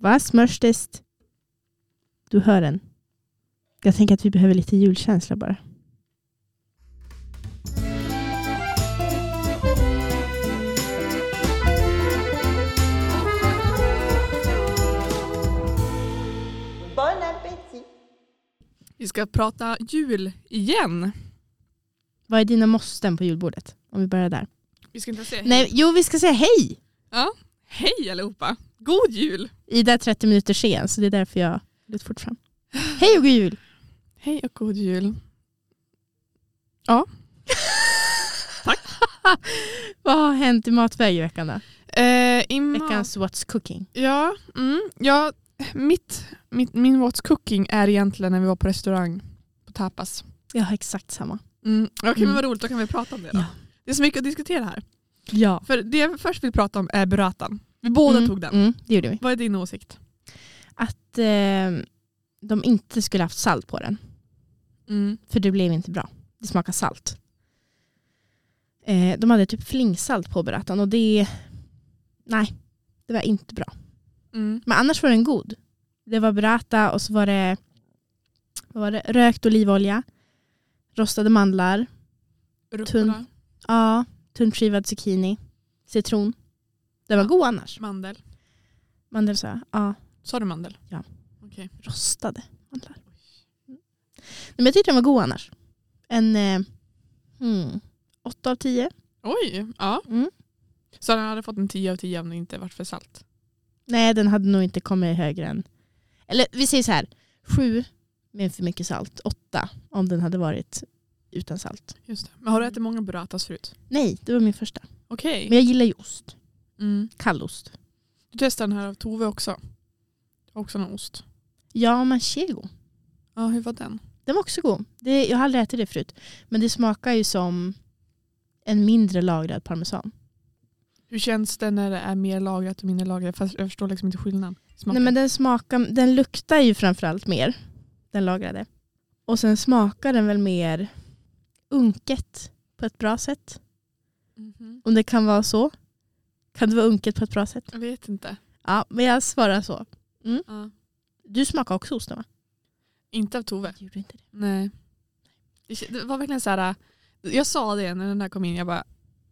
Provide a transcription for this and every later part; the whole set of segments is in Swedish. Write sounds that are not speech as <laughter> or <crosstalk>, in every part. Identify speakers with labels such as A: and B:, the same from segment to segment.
A: Was möchtest? Du hör den. Jag tänker att vi behöver lite julkänsla bara.
B: Bon appétit!
C: Vi ska prata jul igen.
A: Vad är dina måsten på julbordet? Om vi börjar där.
C: Vi ska inte säga hej.
A: Nej, jo, vi ska säga hej!
C: hej allihopa. God jul!
A: Ida är 30 minuter sen, så det är därför jag lite fort fram. Hej och god jul! <laughs>
C: Hej och god jul.
A: Vad har hänt i matväg i veckan då?
C: Eh, i ma-
A: Veckans What's Cooking.
C: Ja, mm, ja mitt, mitt, min What's Cooking är egentligen när vi var på restaurang på tapas.
A: Jag har exakt samma.
C: Mm. Okej
A: Mm.
C: men vad roligt, då kan vi prata om det då.
A: Ja.
C: Det är så mycket att diskutera här.
A: Ja.
C: För det jag först vill prata om är burratan. Vi båda
A: mm,
C: tog den.
A: Mm, det gjorde vi.
C: Vad är din åsikt?
A: Att eh, de inte skulle haft salt på den. För det blev inte bra. Det smakar salt. Eh, de hade typ flingsalt på burratan och det... Nej, det var inte bra.
C: Mm.
A: Men annars var den god. Det var burrata och så var det, vad var det rökt olivolja, rostade mandlar,
C: Rucola,
A: ja, tunt skivad zucchini, citron. Den var god annars.
C: mandel.
A: Mandel sa jag. Ja,
C: Sa du mandel?
A: Ja.
C: Okej.
A: rostade mandlar. Mm. Nej, Men jag tyckte den var god annars. En eh, hmm, 8 av 10.
C: Oj, ja.
A: Mm.
C: Så den hade fått en 10 av 10 om det inte varit för salt.
A: Nej, den hade nog inte kommit högre än... Eller vi säger så här, 7 med för mycket salt. 8 om den hade varit utan salt.
C: Just det. Men har du ätit många burratas förut?
A: Nej, det var min första.
C: Mm. Okej.
A: Men jag gillar ju ost.
C: Mm.
A: Kallost.
C: Du testade den här av Tove också. Också någon ost.
A: Ja, manchego.
C: Ja, hur var den?
A: Den var också god. Det, jag har aldrig ätit det förut. Men det smakar ju som en mindre lagrad parmesan.
C: Hur känns det när det är mer lagrat och mindre lagrat? Fast jag förstår liksom inte skillnaden. i smaken.
A: Nej, men den, smakar, den luktar ju framförallt mer, den lagrade. Och sen smakar den väl mer unket på ett bra sätt.
C: Mhm.
A: Om det kan vara så. Kan det vara unket på ett bra sätt?
C: Jag vet inte.
A: Ja, men jag svarar så.
C: Ja.
A: Du smakar också osten va?
C: Inte av Tove.
A: Jag gjorde inte det.
C: Nej. Det k- det var verkligen så här. äh, Jag sa det när den här kom in. Jag bara,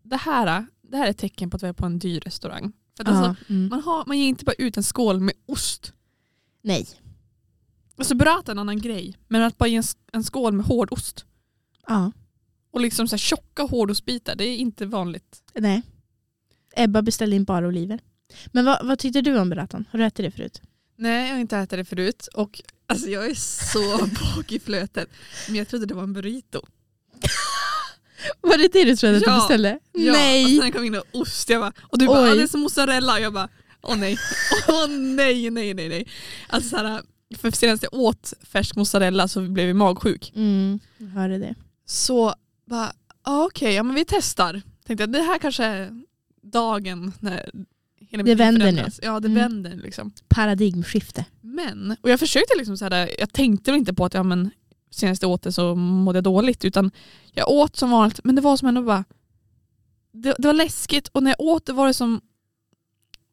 C: det här, äh, det här är ett tecken på att vi är på en dyr restaurang. För att alltså,
A: ja, mm.
C: man, har, man ger inte bara ut en skål med ost.
A: Nej.
C: Alltså burrata är en annan grej. Men att bara ge en, s- en skål med hårdost
A: Ja.
C: och liksom så här tjocka hårdostbitar, det är inte vanligt.
A: Nej. Ebba beställde in bara oliver. Men vad, vad tyckte du om burratan? Har du ätit det förut?
C: Nej, jag har inte ätit det förut och alltså, jag är så <laughs> bak i flötet. Men jag trodde det var en burrito.
A: Var det det du trodde att du
C: Ja.
A: beställde? alltså,
C: Ja, Och sen
A: Nej!
C: när det kom in och ost, jag bara, och du bara,
A: Oj.
C: ah, det är som mozzarella. Och jag bara, åh nej, <laughs> åh nej, nej, nej, nej. Alltså så här, för senast jag åt färsk mozzarella så blev jag magsjuk.
A: Mm, jag hörde det.
C: Så bara, ah, okej, ja men vi testar. Tänkte jag, det här kanske är dagen när hela mitt liv
A: vänder nu.
C: förändras. Ja, det
A: Mm.
C: vänder liksom.
A: Paradigmskifte.
C: Men, och jag försökte liksom så här, jag tänkte väl inte på att ja, men, senast jag åt det så mådde jag dåligt utan jag åt som vanligt men det var som ändå bara, det, det var läskigt och när jag åt det var det som,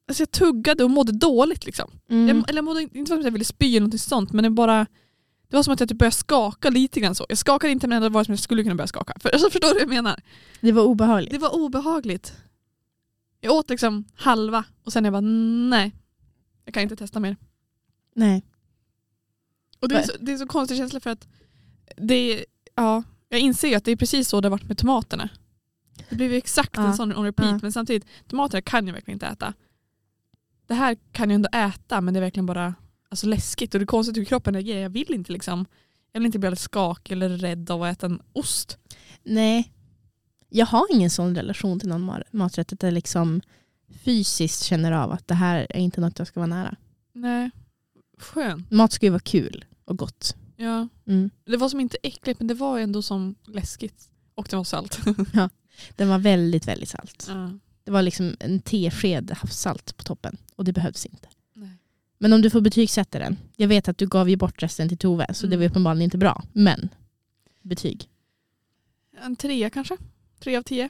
C: alltså jag tuggade och mådde dåligt liksom.
A: Mm.
C: Jag, eller jag mådde inte inte för att jag ville spy eller något sånt men det bara, det var som att jag typ började skaka lite grann så. Jag skakade inte men det var som att jag skulle kunna börja skaka. För, alltså, förstår du vad jag menar?
A: Det var obehagligt.
C: Det var obehagligt. Jag åt liksom halva och sen jag bara nej, jag kan inte testa mer.
A: Nej.
C: Och det, är
A: Vad-
C: så, det är så konstig känsla för att det är, ja, jag inser ju att det är precis så det har varit med tomaterna. Det blev ju exakt
A: Ja,
C: en sån on repeat
A: ja.
C: men samtidigt, tomaterna kan jag verkligen inte äta. Det här kan jag ändå äta men det är verkligen bara alltså, läskigt och det är konstigt hur kroppen reagerar. Jag vill inte liksom, jag vill inte bli alldeles skak eller rädd av att äta en ost.
A: Nej. Jag har ingen sån relation till någon mar- maträtt att jag liksom fysiskt känner av att det här är inte något jag ska vara nära.
C: Nej, skön.
A: Mat ska ju vara kul och gott.
C: Ja.
A: Mm.
C: Det var som inte äckligt men det var ändå som läskigt. Och det var salt.
A: Den var väldigt, väldigt salt.
C: Ja.
A: Det var liksom en tesked havssalt på toppen och det behövs inte.
C: <laughs> Nej.
A: Men om du får betygsätta den. Jag vet att du gav ju bort resten till Tove så det
C: Mm.
A: var uppenbarligen inte bra. Men betyg.
C: En trea kanske? Tre av tio.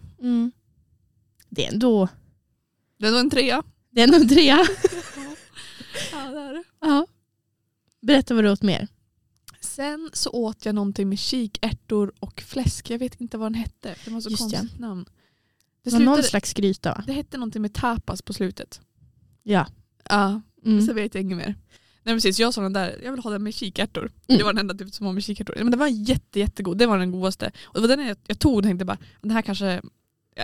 A: Det är ändå
C: Det var en trea.
A: det är ändå en trea.
C: <laughs> Ja, det
A: Berätta vad du åt mer.
C: Sen så åt jag någonting med kikärtor och fläsk. Jag vet inte vad den hette. för Det var så
A: Just det.
C: konstigt namn.
A: Det
C: Det,
A: var någon
C: slutade,
A: slags gryta va?
C: det hette någonting med tapas på slutet.
A: Ja.
C: Ja,
A: Mm.
C: så vet jag inget mer. Nej precis, jag sa den där, jag vill ha den med kikärtor. Det
A: Mm.
C: var den enda typ som var med kikärtor. Men den var jätte, jättegod, det var den godaste. Och det var den jag, jag tog och tänkte bara, den här kanske,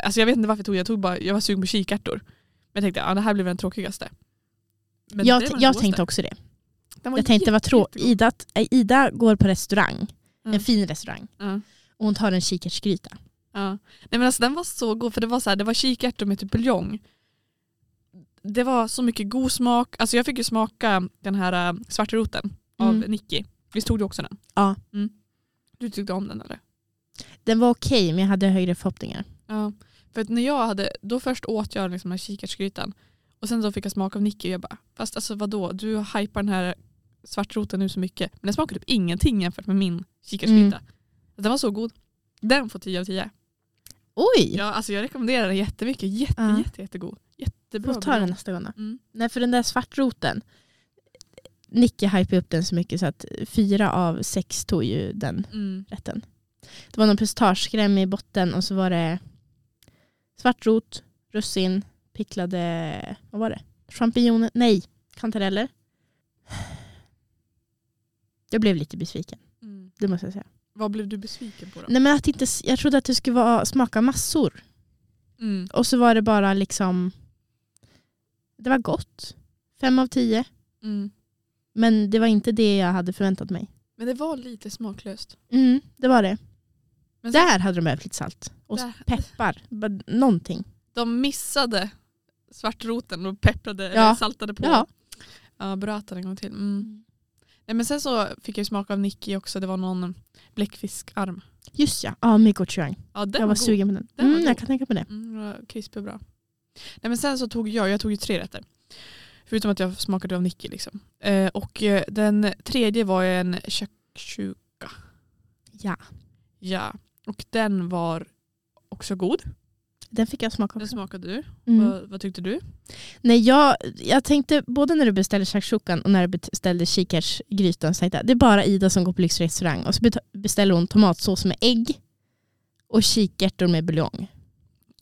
C: alltså jag vet inte varför jag tog, jag tog bara, jag var sugen på kikärtor. Men jag tänkte, ja det här blev den tråkigaste. Men
A: Jag,
C: det var den
A: jag
C: godaste.
A: tänkte också det.
C: Den var
A: Jag tänkte vad tråkigt.
C: jättegod.
A: Ida, äh, Ida går på restaurang,
C: Mm.
A: en fin restaurang.
C: Ja.
A: Och hon tar en kikärtsgryta.
C: Ja. Nej men alltså den var så god för det var så här, det var kikärtor med typ buljong. Det var så mycket god smak. Alltså jag fick ju smaka den här äh, svartroten av
A: Mm.
C: Nicky. Visst tog du också den?
A: Ja.
C: Mm. Du tyckte om den eller?
A: Den var okej men jag hade högre förhoppningar.
C: Ja. För att när jag hade, då först åt jag liksom den här kikärtsgrytan. Och sen så fick jag smak av Nicky och jag bara, fast alltså vadå, du hypar den här svartroten nu så mycket. Men den smakar typ ingenting jämfört med min kikärtsgryta.
A: Mm.
C: Den var så god. Den får 10 av 10.
A: Oj!
C: Ja, alltså jag rekommenderar den jättemycket. Jätte,
A: Ja.
C: jätte, jättegod. Jättebra.
A: Får ta den nästa gång då.
C: Mm.
A: Nej för den där svartroten, Nicky hypade upp den så mycket så att fyra av sex tog ju den
C: Mm.
A: rätten. Det var någon pistagekräm i botten och så var det svartrot, russin, picklade, vad var det? Champinjoner? Nej, kantareller. Jag blev lite besviken,
C: Mm.
A: det måste jag säga.
C: Vad blev du besviken på då?
A: Nej, men att inte, jag trodde att det skulle vara, smaka massor.
C: Mm.
A: Och så var det bara liksom, det var gott. Fem av tio.
C: Mm.
A: Men det var inte det jag hade förväntat mig.
C: Men det var lite smaklöst.
A: Mm, det var det.
C: Men sen-
A: där hade de behövt lite salt. Och
C: Där.
A: peppar. Bara Någonting.
C: De missade svartroten och pepprade,
A: Ja.
C: eller saltade på.
A: Ja.
C: Ja, bröt den en gång till. Mm. Nej, men sen så fick jag ju smak av Nicky också. Det var någon bläckfiskarm.
A: Just ja, ja med gochujang.
C: Ja, den
A: Jag var
C: god.
A: sugen på den.
C: Den var
A: Mm, jag
C: god.
A: kan tänka på det.
C: Mm, den var krispig och bra. Nej, men sen så tog jag, jag tog ju tre rätter. Förutom att jag smakade av Nicky liksom. Eh, och eh, den tredje var ju en köksjuk
A: Ja,
C: Ja, och den var också god.
A: den fick jag smaka
C: Den
A: också.
C: smakade du.
A: Mm.
C: Vad, vad tyckte du?
A: Nej, jag, jag tänkte både när du beställde shakshukan och när du beställde kikärtsgrytan så tänkte jag det är bara Ida som går på lyxrestaurang och så bet- beställer hon tomatsås med ägg och kikärtor med buljong.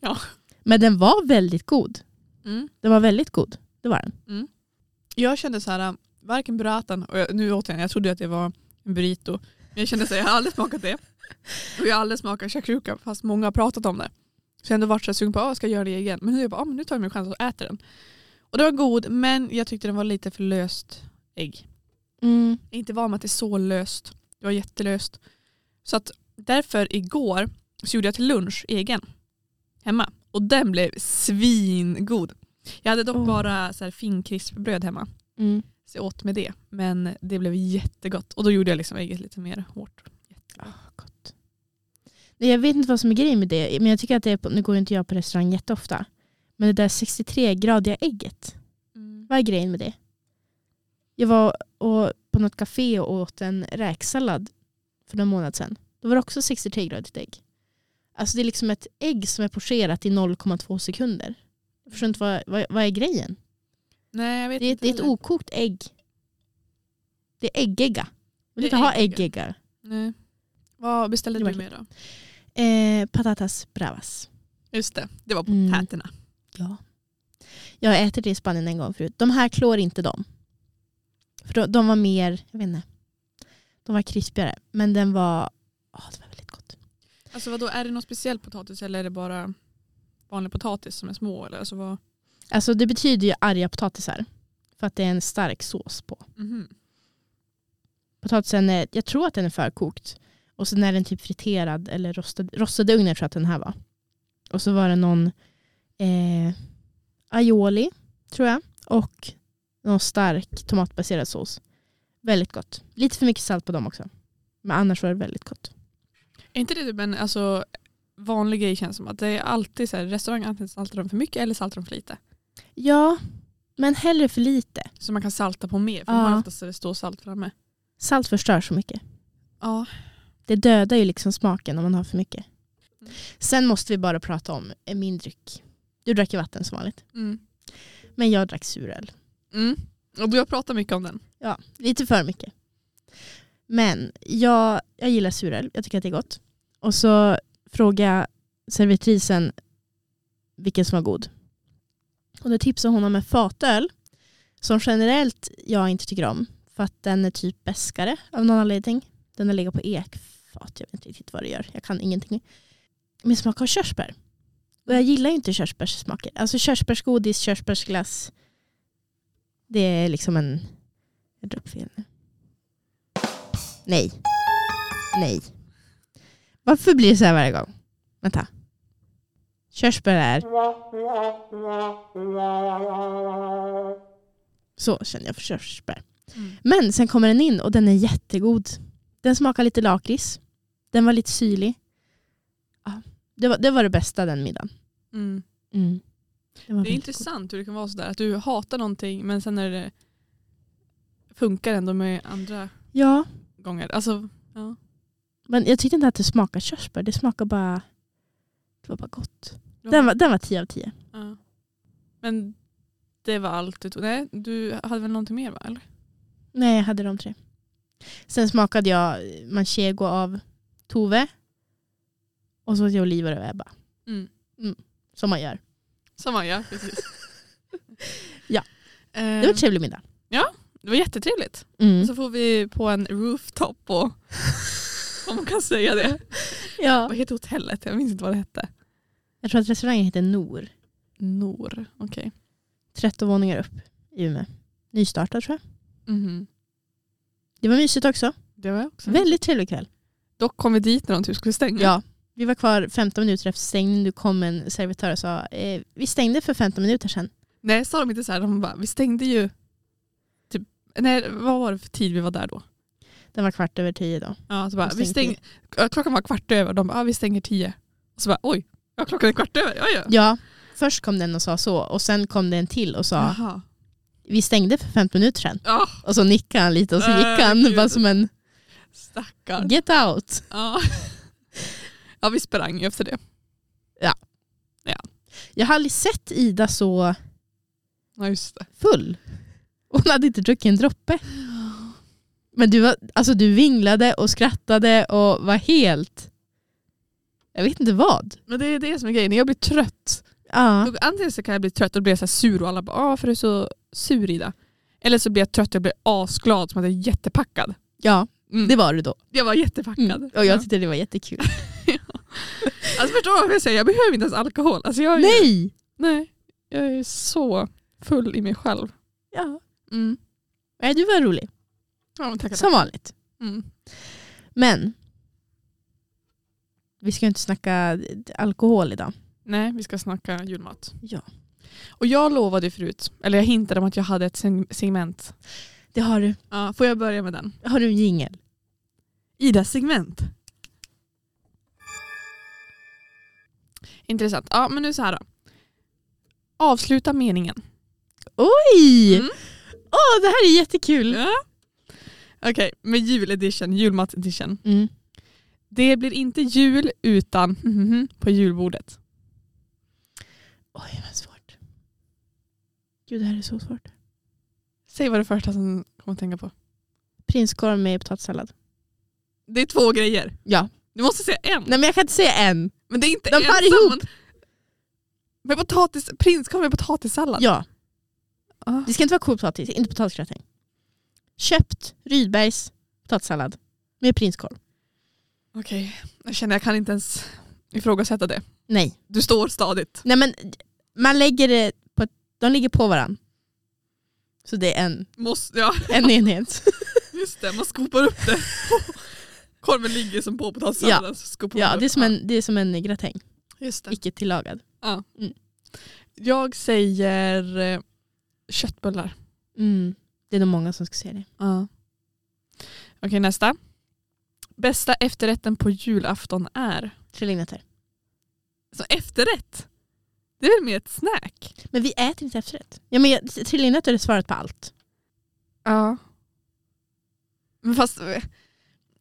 C: Ja.
A: Men den var väldigt god. Den var väldigt god. Det var den.
C: Jag kände så här, äh, varken burratan, och jag, nu återigen, jag trodde att det var en burrito. Men jag kände så här, jag har aldrig smakat det. Och jag har aldrig smakat shakshuka fast många har pratat om det. Så jag har ändå varit så här sugen på att jag ska göra det egen. Men nu, är jag bara, ah, men nu tar jag min chans och äter den. Och den var god men jag tyckte den var lite för löst ägg.
A: Mm.
C: Jag är inte van med att det är så löst. Det var jättelöst. Så att därför igår så gjorde jag till lunch egen hemma. Och den blev svingod. Jag hade dock
A: Åh.
C: bara så här finkrispbröd hemma.
A: Mm.
C: Så jag åt med det. Men det blev jättegott. Och då gjorde jag liksom ägget lite mer hårt.
A: Ah, gott. Nej, jag vet inte vad som är grejen med det, men jag tycker att det är på, nu går ju inte jag på restaurang jätteofta, men det där 63-gradiga ägget,
C: Mm.
A: vad är grejen med det? Jag var och, på något café och åt en räksallad för någon månad sedan. Då var det också 63-gradigt ägg. Alltså det är liksom ett ägg som är pocherat i 0,2 sekunder. Jag förstår inte vad, vad, vad är grejen?
C: Nej jag vet
A: Det är,
C: inte.
A: det är ett
C: heller.
A: okokt ägg. Det är äggegga. Jag vill
C: Det är
A: inte ha
C: äggegga.
A: äggegga.
C: Nej. Vad beställde
A: Det
C: du
A: var
C: med då?
A: Eh, patatas bravas.
C: Just det, det var
A: Mm.
C: potäterna.
A: Ja. Jag har ätit det i Spanien en gång förut. De här klår inte dem. För de, de var mer, jag vet inte. De var krispigare. Men den var, ja det var väldigt gott.
C: Alltså vadå, är det någon speciell potatis eller är det bara vanlig potatis som är små? Eller? Alltså, vad...
A: Alltså det betyder ju arga potatisar. För att det är en stark sås på.
C: Mhm.
A: Potatisen är, eh, jag tror att den är förkokt. Och sen är den typ friterad eller rostad, rostad i ugnen tror jag att den här var. Och så var det någon eh, aioli tror jag. Och någon stark tomatbaserad sås. Väldigt gott. Lite för mycket salt på dem också. Men annars var det väldigt gott.
C: Är inte det typ en alltså, vanlig grej känns som att det är alltid så här, restaurang antingen saltar de för mycket eller saltar de för lite.
A: Ja, men hellre för lite.
C: Så man kan salta på mer för
A: Ja.
C: man har oftast där det står salt framme.
A: Salt förstör så mycket.
C: Ja.
A: Det dödar ju liksom smaken om man har för mycket. Sen måste vi bara prata om eh, min dryck. Du drack ju vatten som vanligt.
C: Mm.
A: Men jag drack suröl.
C: Mm. Och du har pratat mycket om den.
A: Ja, lite typ för mycket. Men jag, jag gillar suröl, jag tycker att det är gott. Och så frågade jag servitrisen vilken som var god. Och då tipsade hon om en fatöl som generellt jag inte tycker om för att den är typ bäskare av någon anledning. Den har legat på ekfat, jag vet inte riktigt vad det gör, jag kan ingenting. Men smak av körsbär. Och jag gillar ju inte körsbärssmaker. Alltså körsbärsgodis, körsbärsglass. Det är liksom en... Jag drar upp fel nu. Nej. Nej. Varför blir det så här varje gång? Vänta. Körsbär är... Så känner jag för körsbär.
C: Mm.
A: Men sen kommer den in och den är jättegod. Den smakar lite lakrits. Den var lite syrlig. Ja, det, var, det var det bästa den middagen.
C: Mm.
A: Det, var
C: Det är
A: väldigt god.
C: intressant hur det kan vara sådär. Att du hatar någonting men sen när det funkar ändå med andra
A: Ja,
C: gånger. Alltså, ja.
A: men jag tyckte inte att det smakade körsbär. Det smakade bara... Det var bara gott. Den var, den var 10 av 10.
C: ja. Men det var allt du tog. Nej, du hade väl någonting mer va? Eller?
A: Nej, jag hade de tre. Sen smakade jag manchego av Tove. Och så åt jag oliver av Ebba.
C: Mm.
A: Som man gör.
C: Som man gör, precis.
A: <laughs> Ja.
C: Eh,
A: Det var en trevlig middag.
C: det var jättetrevligt.
A: Mm.
C: Så får vi på en rooftop och <laughs> om man kan säga det.
A: Ja.
C: Vad heter hotellet? Jag minns inte vad det hette.
A: Jag tror att restaurangen heter Nor.
C: Nor. Okej.
A: 13 våningar upp i Umeå. Nystartad tror jag.
C: Mhm.
A: Det var mysigt också.
C: Det var jag också.
A: Väldigt trevlig kväll.
C: Dock kom vi dit när de typ skulle stänga.
A: Ja, vi var kvar 15 minuter efter stängning. Du kom en servitör och sa eh, vi stängde för 15 minuter sedan.
C: Nej, sa de inte så här. De bara, vi stängde ju... Typ, nej, vad var det för tid vi var där då?
A: Den var kvart över tio då.
C: Ja, så bara,
A: De
C: vi stäng,
A: stängde
C: klockan var kvart över. De bara, ah, vi stänger tio. Och så bara, oj, ja, klockan är kvart över. Ja, ja.
A: Ja, först kom den och sa så och sen kom det en till och sa
C: Jaha.
A: vi stängde för 15 minuter sedan.
C: Ja,
A: Och så nickade han lite och så
C: Äh,
A: gick han
C: gud.
A: bara som en
C: stackarn.
A: get out.
C: Ja. ja, vi sprang ju efter det.
A: Jag har aldrig sett Ida så
C: Ja, just det.
A: full. Hon hade inte druckit en droppe. Men du, var, alltså, du vinglade och skrattade och var helt... Jag vet inte vad.
C: Men det är det som är grejen. När jag blir trött,
A: Ja.
C: då, antingen så kan jag bli trött och bli så här sur och alla bara, ah, för du är så sur Ida. Eller så blir jag trött och blir asglad som att jag är jättepackad.
A: ja,
C: Mm.
A: det var du då.
C: Jag var jättepackad.
A: Mm. Och jag tyckte det var jättekul.
C: Alltså förstår du vad jag säger? Jag behöver inte ens alkohol. Alltså jag är,
A: Nej!
C: nej, jag är så full i mig själv.
A: Ja.
C: Mm.
A: Nej, du var rolig.
C: Ja, men tackar,
A: Som vanligt.
C: Mm.
A: Men vi ska ju inte snacka alkohol idag.
C: Nej, vi ska snacka julmat.
A: Ja.
C: Och jag lovade ju förut, eller jag hintade om att jag hade ett seg- segment.
A: Det har du.
C: Ja, får jag börja med den?
A: Har du en jingel?
C: Idas segment. Intressant. Ja, men nu så här då. Avsluta meningen.
A: Oj!
C: Mm.
A: Åh, det här är jättekul.
C: Ja. Okej, med juledition, julmat edition.
A: Mm.
C: Det blir inte jul utan på julbordet.
A: Oj, vad svårt. Gud, det här är så svårt.
C: Säg vad det första som kommer att tänka på.
A: Prinskorv med potatissallad.
C: Det är två grejer.
A: Ja.
C: Du måste säga en.
A: Nej, men jag kan inte säga en.
C: Men det är inte
A: De
C: en
A: hör
C: samma-
A: ihop.
C: Med potatis, prinskorv med potatissallad.
A: Ja.
C: Ah.
A: Det ska inte vara kokt potatis, inte potatisgratäng. Köpt Rydbergs potatissallad med prinskorv.
C: Okej, jag känner jag kan inte ens ifrågasätta det.
A: Nej.
C: Du står stadigt.
A: Nej men man lägger det på, de ligger på varandra. Så det är en,
C: Måste, ja, <laughs>
A: en enhet.
C: just det. Man skopar upp det. <laughs> Korven ligger som på potatissalladen. så skopar man
A: Ja,
C: upp.
A: det är som en, det är som en gratäng,
C: Just det.
A: icke tillagad.
C: Jag säger eh, köttbullar. Mm.
A: Det är nog många som ska se det.
C: Ja. Okej, nästa. Bästa efterrätten på julafton är?
A: Trillingnötter.
C: Så efterrätt? Det är väl mer ett snack?
A: Men vi äter inte efterrätt. Ja, men jag- trillingnötter är svaret på allt.
C: Ja. Men fast eh,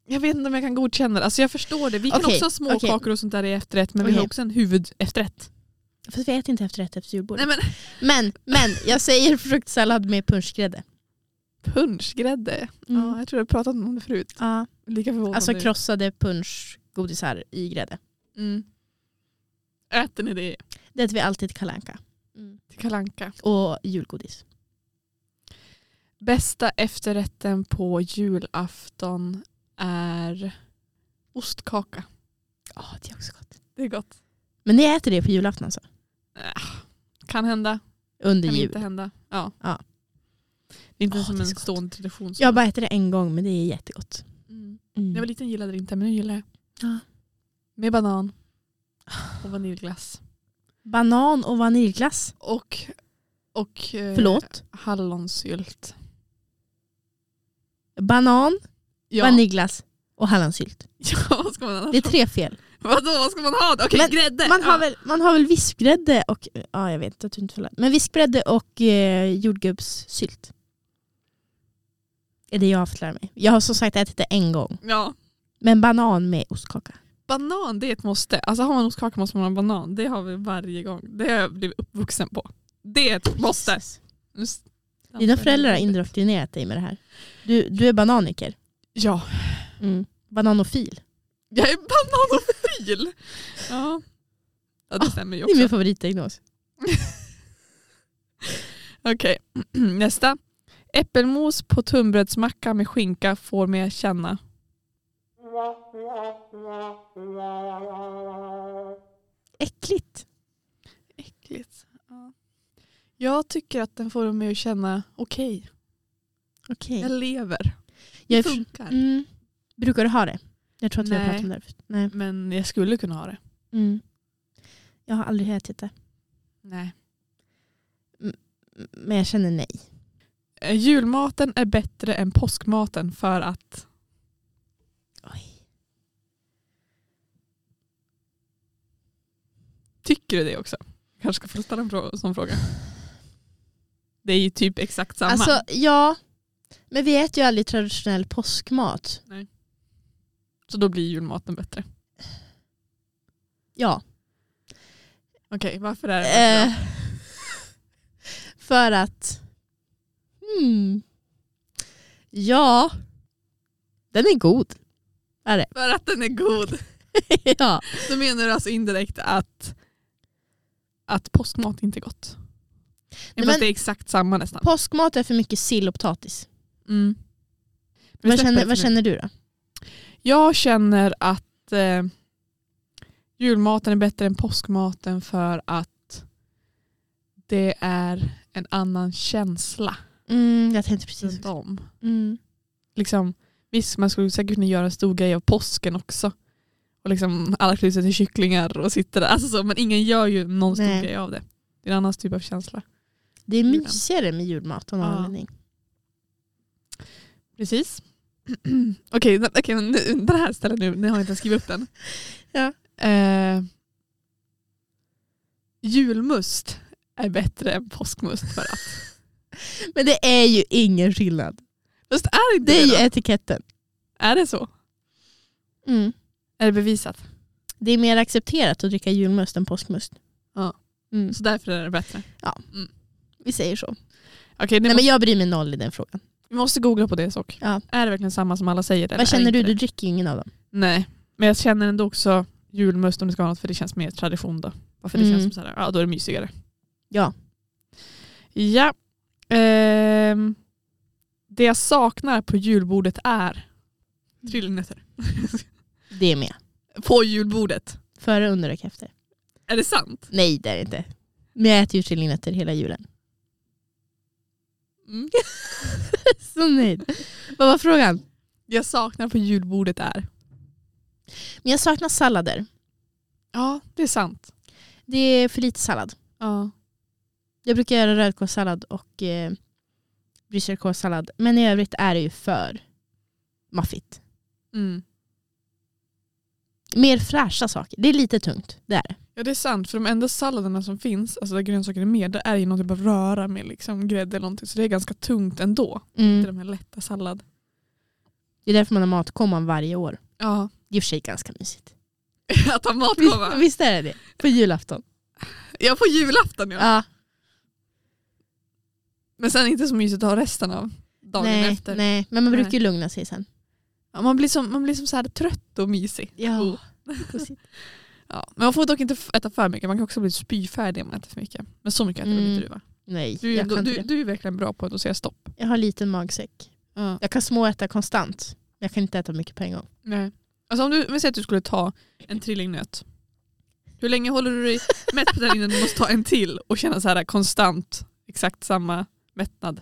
C: jag vet inte om jag kan godkänna det. Alltså jag förstår det. Vi kan
A: Okej,
C: också ha småkakor och sånt där i efterrätt men vi har
A: Okej.
C: också en huvudefterrätt.
A: Fast vi äter inte efterrätt efter julbordet.
C: Nej men
A: <laughs> Men, men jag säger fruktsallad med punschgrädde.
C: Punschgrädde.
A: Mm.
C: Ja, jag tror jag pratat om det förut.
A: Ja.
C: Lika förvånande.
A: Alltså krossade punschgodisar i grädde.
C: mm. Äter ni det
A: Det äter vi alltid till Kalle Anka.
C: till kalanka?
A: Och julgodis.
C: Bästa efterrätten på julafton är ostkaka.
A: Ja, det är också gott.
C: Det är gott.
A: Men ni äter det på julafton alltså?
C: Kan hända,
A: Under
C: kan
A: jul?
C: inte hända. Ja.
A: Ja.
C: Det är inte
A: Åh,
C: som
A: det är
C: en
A: så gott.
C: stående tradition. som-
A: Jag har bara ätit det en gång men det är jättegott.
C: Mm.
A: Mm.
C: När jag var liten gillade jag det inte, men nu gillar jag det.
A: Ja.
C: Med banan och vaniljglass.
A: Banan och vaniljglass.
C: Och, och eh,
A: Förlåt.
C: hallonsylt.
A: Banan,
C: Ja.
A: vaniljglass och hallonsylt.
C: <laughs> ja, vad ska man annars
A: Det är tre fel.
C: Vadå, vad ska man ha? Okej,
A: Men
C: grädde.
A: Man har
C: ja.
A: väl, man har väl vispgrädde och ja, jag vet att du inte får lära- Men vispgrädde och eh, jordgubbssylt. Är det jag har fått lära mig. Jag har som sagt ätit det en gång.
C: ja.
A: Men banan med ostkaka.
C: Banan, det är ett måste. Alltså har man ostkaka måste man ha banan. Det har vi varje gång. Det har jag blivit uppvuxen på. Det är ett måste.
A: Jesus.
C: Nu stampar
A: Dina
C: jag
A: föräldrar har
C: lite.
A: indoktrinerat dig med det här. Du, du är bananiker.
C: Ja, Mm.
A: Bananofil.
C: jag är bananofil. <laughs> Ah, ja. ja, det stämmer ju
A: Det är min
C: också.
A: favoritdiagnos.
C: <laughs> Okej, <clears throat> nästa. Äppelmos på tunnbrödsmacka med skinka får mig att känna.
A: Äckligt.
C: Äckligt. Ja. Jag tycker att den får mig att känna okej,
A: Okej.
C: jag lever.
A: Jag är
C: Det
A: för-
C: funkar.
A: Mm. Brukar du ha det? Jag tror att vi har
C: Nej.
A: pratat om det. här förut. Nej.
C: Men jag skulle kunna ha det.
A: Mm. Jag har aldrig ätit det.
C: Nej.
A: M- Men jag känner nej.
C: Eh, Julmaten är bättre än påskmaten för att
A: <laughs>
C: tycker du det också? Kanske ska få ställa en frå- sån fråga. Det är ju typ exakt samma.
A: Alltså, ja. Men vi äter ju aldrig traditionell påskmat.
C: så då blir julmaten bättre.
A: Ja.
C: Okej, varför är det
A: Eh, <laughs> för att... Hmm. Ja. Den är god.
C: För att den är god.
A: ja.
C: Då menar du alltså indirekt att, att påskmat inte är gott?
A: Nej,
C: Fast
A: men-
C: det är exakt samma nästan.
A: <laughs> Påskmat är för mycket sill och potatis.
C: Mm. Men vi
A: Vad
C: släpper
A: känner,
C: det
A: vad
C: nu.
A: känner du då?
C: Jag känner att eh, julmaten är bättre än påskmaten för att det är en annan känsla
A: Mm, jag tänkte precis.
C: runt om.
A: Mm.
C: Liksom, visst, man skulle säkert kunna göra en stor grej av påsken också. Och liksom alla klär ut sig till kycklingar och sitter där. Alltså så, men ingen gör ju någon
A: Nej.
C: stor grej av det. Det är en annan typ av känsla.
A: Det är
C: Julen.
A: mysigare med julmat av någon
C: Ja.
A: anledning.
C: Precis. <clears throat> Okej, den- okej, men nu- den här stället nu, nu har jag inte skrivit upp den.
A: <laughs> Ja.
C: Eh, julmust är bättre än påskmust
A: <laughs>
C: för att.
A: Men det är ju ingen skillnad.
C: Just är det inte
A: Det är
C: det,
A: ju
C: då?
A: etiketten.
C: Är det så? Är det bevisat?
A: Mm. Det är mer accepterat att dricka julmust än påskmust.
C: Ja.
A: Mm.
C: Så därför är det bättre.
A: Vi säger så.
C: Okej,
A: Nej,
C: nu måste,
A: men jag bryr mig noll i den frågan.
C: vi måste googla på det sak.
A: Ja.
C: Är det verkligen samma som alla säger? eller är
A: Vad känner
C: inte
A: du?
C: det?
A: Du dricker ju ingen av dem.
C: Nej, men jag känner ändå också julmust om det ska vara något för det känns mer tradition då. Varför det
A: Mm.
C: känns som sådär, ja då är det mysigare.
A: Ja.
C: Ja. Ehm, det jag saknar på julbordet är Mm. trillingnötter.
A: Det är med.
C: på julbordet.
A: Före, under och efter.
C: Är det sant?
A: Nej det är det inte. Men jag äter ju trillingnötter hela julen.
C: Mm.
A: Så nöjd. <laughs> Vad var frågan?
C: Jag saknar på julbordet är.
A: Men jag saknar sallader.
C: Ja, det är sant.
A: Det är för lite sallad.
C: Ja.
A: Jag brukar göra rödkålssallad och eh, brysselkålssallad. Men i övrigt är det ju för maffigt.
C: Mm.
A: Mer fräscha saker. Det är lite tungt. Det är det.
C: ja, det är sant. För de enda salladerna som finns, alltså där grönsaker är med, det är ju någon typ av röra med liksom grädde eller någonting. Så det är ganska tungt ändå. Inte de här lätta sallad.
A: Det är därför man har matkomman varje år.
C: Ja.
A: Det är i och för sig ganska mysigt.
C: <laughs> Att ha matkomma.
A: Visst är det det? På julafton.
C: Ja, på julafton ja.
A: Ja.
C: Men sen inte så mysigt att ha resten av dagen
A: nej,
C: efter.
A: Nej, men man brukar
C: Nej.
A: ju lugna sig sen.
C: Ja, Man blir som, man blir som så här trött och mysig.
A: Ja.
C: Oh.
A: Gosigt.
C: Ja. Men man får dock inte f- äta för mycket, man kan också bli spyfärdig om man äter för mycket. Men så mycket äter väl
A: Mm.
C: inte du va?
A: Nej,
C: Du, är ju
A: jag,
C: ändå-
A: kan inte
C: du,
A: det.
C: du är verkligen bra på att säga stopp.
A: jag har liten magsäck.
C: Ja.
A: Jag kan småäta konstant. Men jag kan inte äta mycket på en gång.
C: Nej. Alltså om du, vi säger att du skulle ta en trillingnöt. Hur länge håller du dig mätt på den innan du måste ta en till och känna så här konstant exakt samma mättnad?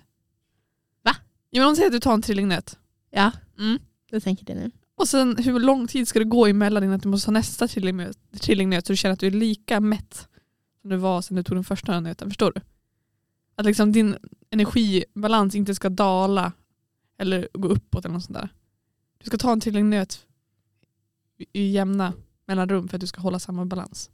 A: Va?
C: Ja, men om vi säger att du tar en trillingnöt.
A: Ja,
C: Mm.
A: jag tänker det nu.
C: Och sen hur lång tid ska det gå emellan innan du måste ta nästa trillingnöt, trillingnöt så du känner att du är lika mätt som du var sen du tog den första nöten? Förstår du? Att liksom din energibalans inte ska dala eller gå uppåt eller något sånt där. Du ska ta en trillingnöt i- i jämna mellanrum för att du ska hålla samma balans.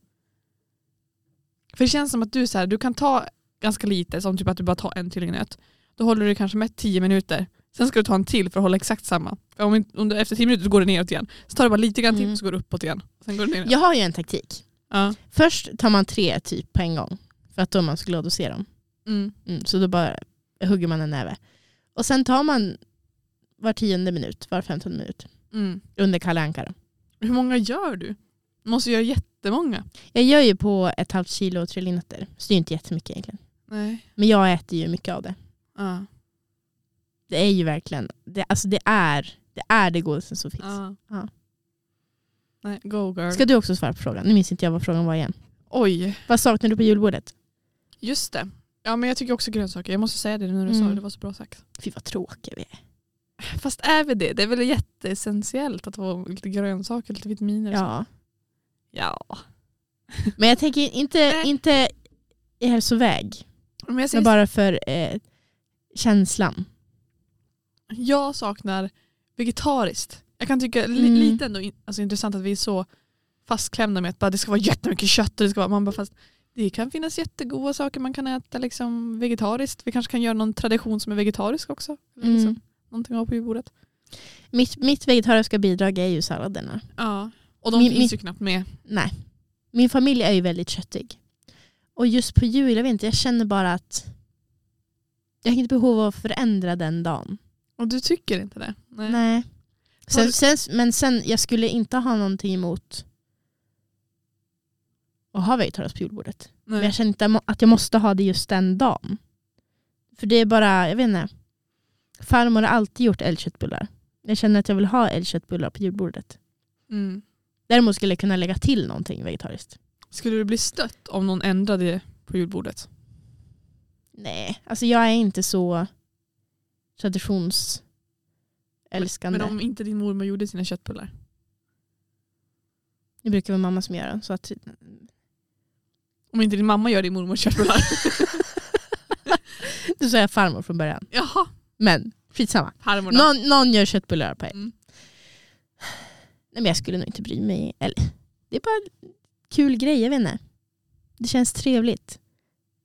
C: För det känns som att du, så här, du kan ta ganska lite, som typ att du bara tar en trillingnöt. Då håller du dig kanske mätt 10 minuter. Sen ska du ta en till för att hålla exakt samma. För om, om du, efter 10 minuter så går det neråt igen. Så tar du bara lite grann till
A: Mm.
C: så går det uppåt igen. Sen går det neråt.
A: Jag har ju en taktik.
C: Ja.
A: Först tar man tre typ på en gång. För att då är man så glad att se dem.
C: Mm.
A: Mm, så då bara hugger man en näve. Och sen tar man var tionde minut, var femtonde minut.
C: Mm.
A: Under Kalle Anka då.
C: Hur många gör du? Du måste göra jättemånga.
A: Jag gör ju på ett halvt kilo trillinötter. Så det är ju inte jättemycket egentligen.
C: Nej.
A: Men jag äter ju mycket av det.
C: Ja.
A: Det är ju verkligen, det, alltså det är det, är det godaste som finns.
C: Ja.
A: Ja.
C: Nej, go girl.
A: Ska du också svara på frågan? Nu minns inte jag vad frågan var igen.
C: Oj,
A: Vad saknar du på julbordet?
C: just det. Ja, men jag tycker också grönsaker. Jag måste säga det nu när du sa
A: Mm.
C: det. Det var så bra sagt.
A: Fy vad tråkiga vi är.
C: Fast är vi det? Det är väl jätteessentiellt att få lite grönsaker, lite vitaminer och så.
A: Ja.
C: ja.
A: Men jag tänker inte,
C: Nej.
A: inte i hälsoväg.
C: Men jag, säger,
A: Men bara för eh, känslan.
C: jag saknar vegetariskt. Jag kan tycka li,
A: Mm.
C: lite ändå in, alltså, intressant att vi är så fastklämda med att bara, det ska vara jättemycket kött. Och det ska vara, man bara, fast det kan finnas jättegoda saker man kan äta liksom, vegetariskt. Vi kanske kan göra någon tradition som är vegetarisk också. Eller
A: Mm.
C: Liksom, någonting att ha på julbordet.
A: Mitt, mitt vegetariska bidrag är ju salladerna.
C: Ja. Och de
A: Min-
C: finns ju knappt med.
A: Nej. Min familj är ju väldigt köttig. Och just på jul, jag vet inte, jag känner bara att jag har inget behov av att förändra den dagen.
C: Och du tycker inte det? Nej.
A: Nej.
C: Har
A: Sen,
C: du-
A: sen, men sen, jag skulle inte ha någonting emot att ha vegetariskt på julbordet. Men jag
C: Nej.
A: känner inte mo- att jag måste ha det just den dagen. För det är bara, jag vet inte. Farmor har alltid gjort älgköttbullar. Jag känner att jag vill ha älgköttbullar på julbordet.
C: Mm.
A: Däremot skulle jag kunna lägga till någonting vegetariskt.
C: Skulle du bli stött om någon ändrade det på julbordet?
A: Nej, alltså jag är inte så traditionsälskande.
C: Men om inte din mormor gjorde sina köttbullar?
A: Det brukar vara mamma som gör den. Så att... <laughs>
C: Om inte din mamma gör din
A: <laughs>
C: mormors köttbullar?
A: Då sa jag farmor från början.
C: Jaha,
A: Men skitsamma.
C: farmor då.
A: Någon, någon gör köttbullar på
C: Mm.
A: Nej, men jag skulle nog inte bry mig. Eller, det är bara en kul grej, jag vet inte. Det känns trevligt.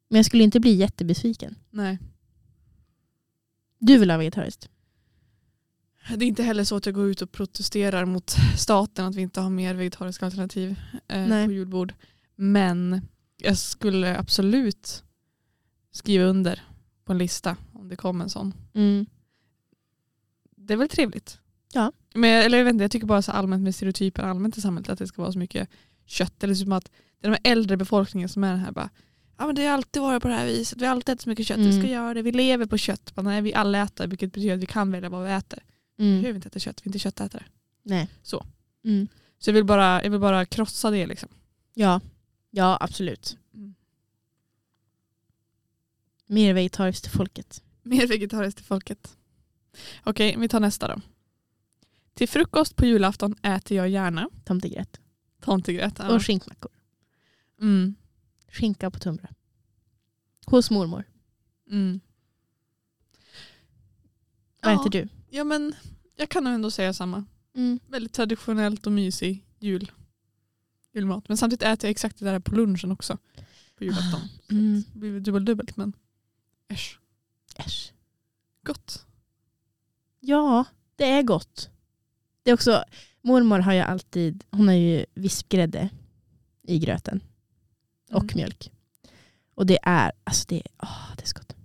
A: Men jag skulle inte bli jättebesviken.
C: Nej.
A: Du vill ha vegetariskt?
C: Det är inte heller så att jag går ut och protesterar mot staten att vi inte har mer vegetariska alternativ eh,
A: Nej.
C: på julbord. Men jag skulle absolut skriva under på en lista om det kom en sån.
A: Mm.
C: det är väl trevligt.
A: Ja.
C: Men, jag- eller jag vet inte, jag tycker bara så allmänt med stereotyper allmänt i samhället att det ska vara så mycket kött. Eller som att det är den här äldre befolkningen som är den här bara Ja men det har alltid varit på det här viset, vi har alltid ätit så mycket kött, vi ska
A: Mm.
C: göra det, vi lever på kött. Bara, nej vi alla äter, vilket betyder att vi kan välja vad vi äter.
A: Mm.
C: Vi behöver inte äta kött, vi är inte köttätare.
A: Nej.
C: Så.
A: Mm.
C: Så jag vill bara, jag vill bara krossa det liksom.
A: Ja. ja, absolut.
C: Mm.
A: Mer vegetariskt till folket.
C: Mer vegetariskt till folket. Okej, vi tar nästa då. Till frukost på julafton äter jag gärna
A: Tomtegröt.
C: tomtegröt. Ja.
A: Och skinkmackor.
C: Mm.
A: Skinka på tunnbröd. Hos mormor.
C: Mm.
A: Vad
C: ja,
A: äter du?
C: Ja, men jag kan nog ändå säga samma. Väldigt traditionellt och mysig jul. julmat. Men samtidigt äter jag exakt det där på lunchen också. På julafton.
A: Mm.
C: Det blir väl dubbelt dubbelt men äsch,
A: Äsch.
C: gott.
A: Ja, det är gott. Det är också, mormor har ju alltid, hon har ju vispgrädde i gröten och
C: Mm.
A: mjölk. Och det är, alltså det, åh, det är så gott.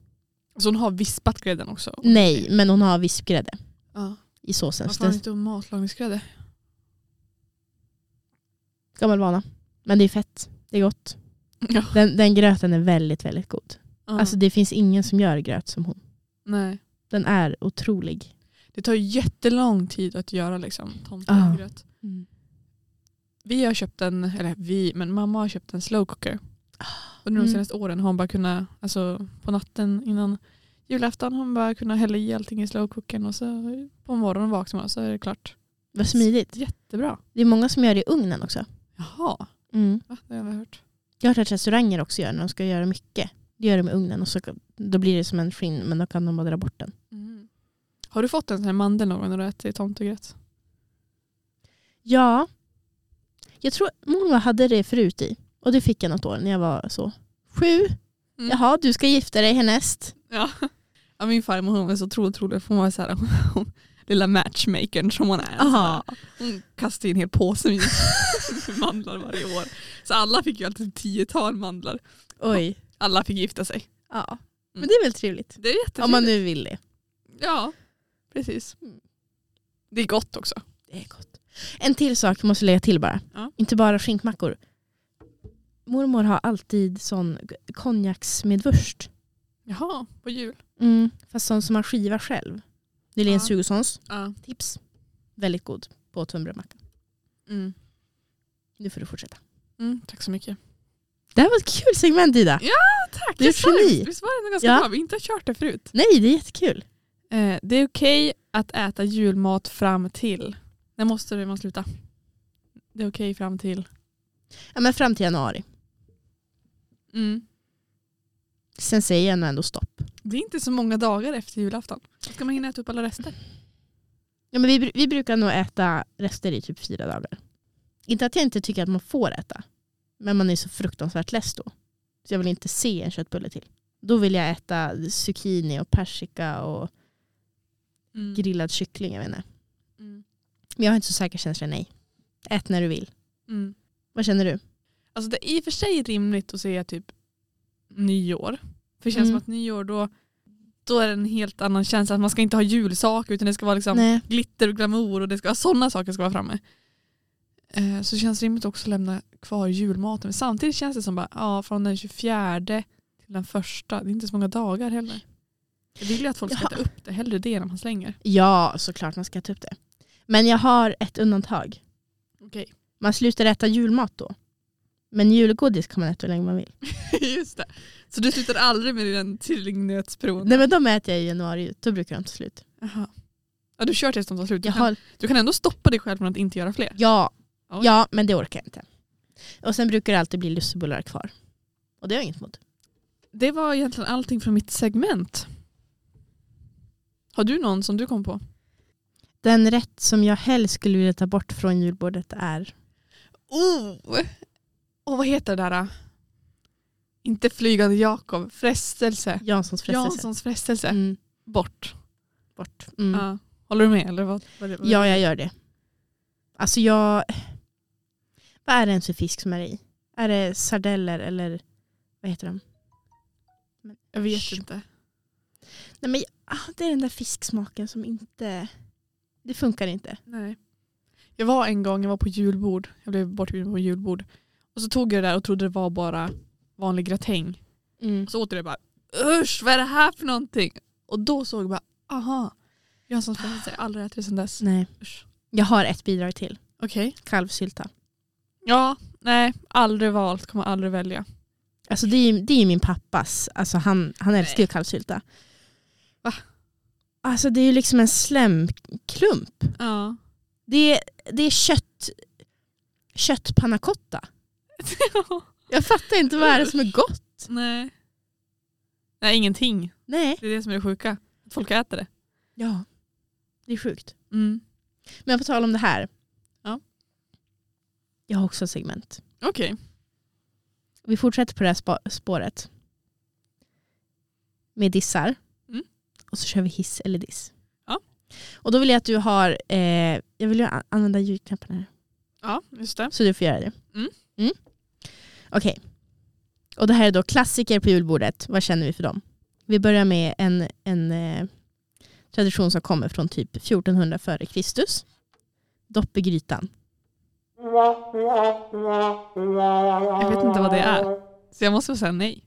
C: Så hon har vispat grädden också?
A: Nej, men hon har vispgrädde
C: Ja.
A: i såsen.
C: Varför
A: Så
C: har hon
A: den
C: inte matlagningsgrädde?
A: gammal vana. Men det är fett. Det är gott.
C: Ja.
A: Den, den gröten är väldigt, väldigt god.
C: Ja.
A: Alltså det finns ingen som gör gröt som hon.
C: Nej.
A: Den är otrolig.
C: Det tar ju jättelång tid att göra liksom,
A: Ja.
C: tomtegröt. Vi har köpt en, eller vi, men mamma har köpt en slow cooker. Och nu de
A: Mm.
C: senaste åren har hon bara kunnat, alltså på natten innan julafton, har hon bara kunnat hälla i allting i slowcookern och så på morgonen vaknar man och så är det klart.
A: Vad smidigt.
C: Jättebra.
A: Det är många som gör det i ugnen också.
C: Jaha, va? det har jag aldrig hört.
A: Jag har hört att restauranger också gör när de ska göra mycket. Det gör de med ugnen och så, då blir det som en skinn men då kan de bara dra bort den.
C: Mm. Har du fått en sån här mandel någon gång när du har ätit tomtegröt?
A: Ja, jag tror många hade det förut i. Och det fick jag något år när jag var så sju.
C: Mm.
A: Jaha, du ska gifta dig härnäst.
C: Ja. ja, min farmor hon var så otroligt rolig för hon var så här, <laughs> hon, lilla matchmakern som hon är. Så här,
A: Alltså,
C: Hon kastade in en hel påse med <laughs> mandlar varje år. Så alla fick ju alltid tiotal mandlar.
A: Oj.
C: Alla fick gifta sig.
A: Ja. Men det är väl trevligt.
C: Det är jättetrevligt.
A: Om man nu vill det.
C: Ja, precis. Det är gott också.
A: Det är gott. En till sak jag måste lägga till bara.
C: Ja.
A: Inte bara skinkmackor. Mormor har alltid sån konjaksmedvurst.
C: Jaha, på jul.
A: Mm. Fast sån som man skivar själv. Det är
C: Ja.
A: en Sugessons
C: Ja.
A: tips. Väldigt god på tunnbrödmacka.
C: Mm.
A: Nu får du fortsätta.
C: Mm, tack så mycket.
A: Det här var ett kul segment Ida.
C: Tack,
A: Du är
C: visst var
A: ett geni.
C: det- Visst var det ändå ganska
A: Ja.
C: bra? Vi har inte kört det förut.
A: Nej, det är jättekul.
C: Eh, det är okej att äta julmat fram till... När måste man sluta? Det är okej fram till...
A: Ja, men fram till januari.
C: Mm.
A: Sen säger jag nog ändå stopp.
C: Det är inte så många dagar efter julafton. Då ska man hinna äta upp alla rester.
A: Ja, men vi, bru- vi brukar nog äta rester i typ fyra dagar. Inte att jag inte tycker att man får äta. Men man är så fruktansvärt less då. Så jag vill inte se en köttbulle till. Då vill jag äta zucchini och persika och
C: Mm.
A: grillad kyckling. Jag vet inte.
C: Mm.
A: Men jag har inte så säker känsla, nej. Ät när du vill.
C: Mm.
A: Vad känner du?
C: Alltså det är i och för sig rimligt att säga typ nyår. För det känns
A: Mm.
C: som att nyår då, då är det en helt annan känsla. Att man ska inte ha julsaker utan det ska vara liksom
A: Nej.
C: glitter och glamour och det ska vara sådana saker ska vara framme. Eh, så det känns rimligt också att lämna kvar julmaten. Men samtidigt känns det som bara, ja, från den 24 till den första. Det är inte så många dagar heller. Jag vill ju att folk ska
A: Jaha.
C: äta upp det. Hellre det när man slänger.
A: Ja, såklart man ska ta upp det. Men jag har ett undantag.
C: Okej.
A: Man slutar äta julmat då. Men julgodis kan man äta hur länge man vill.
C: <laughs> Just det. Så du slutar aldrig med den trillingnötsbron?
A: Nej men de äter jag i januari ut, då brukar de ta slut.
C: Jaha. Ja, du kör tills de tar slut. Du
A: Jag
C: kan,
A: har,
C: du kan ändå stoppa dig själv från att inte göra fler.
A: ja,
C: Oj.
A: ja, men det orkar jag inte. Och sen brukar det alltid bli lussebullar kvar. Och det har jag inget emot.
C: Det var egentligen allting från mitt segment. Har du någon som du kom på?
A: Den rätt som jag helst skulle vilja ta bort från julbordet är...
C: Oh. Och vad heter det där? då? Inte flygande Jakob, frestelse.
A: Janssons frestelse.
C: Janssons frestelse.
A: Mm,
C: Bort.
A: bort. Mm.
C: Ja. Håller du med? Eller vad, vad, vad?
A: Ja, jag gör det. Alltså jag... Vad är det ens för fisk som är i? Är det sardeller eller vad heter de?
C: jag vet inte.
A: Nej, men, ah, det är den där fisksmaken som inte... Det funkar inte.
C: Nej. Jag var en gång, jag var på julbord. Jag blev bortbjuden på julbord. Och så tog jag det där och trodde det var bara vanlig gratäng. Och så åt jag det bara, usch vad är det här för någonting? Och då såg jag bara, aha. Janssons frestelse, jag har aldrig ätit det sedan dess.
A: Nej.
C: Usch.
A: Jag har ett bidrag till.
C: Mm, Okej.
A: Kalvsylta.
C: Ja, nej, aldrig valt, kommer aldrig välja.
A: Alltså det är, det är min pappas. Alltså han, han älskar ju kalvsylta.
C: Va?
A: Alltså det är ju liksom en slemklump.
C: Ja.
A: Det är, det är kött, köttpannacotta. Jag fattar inte vad är det som är gott.
C: <laughs> nej. Nej, ingenting.
A: Nej.
C: Det är det som är det sjuka. Att folk äter det.
A: Ja. Det är sjukt.
C: Mm.
A: Men på tal om det här.
C: Ja.
A: Jag har också ett segment.
C: Okej.
A: Vi fortsätter på det här spa- spåret. Med dissar.
C: Mm.
A: Och så kör vi hiss eller diss.
C: Ja.
A: Och då vill jag att du har, eh, jag vill ju a- använda ljudknappen här.
C: Ja, just det.
A: Så du får göra det.
C: Mm.
A: Okej. Och det här är då klassiker på julbordet. Vad känner vi för dem? Vi börjar med en, en eh, tradition som kommer från typ 1400 före Kristus. Dopp i grytan.
C: Jag vet inte vad det är. Så jag måste säga nej.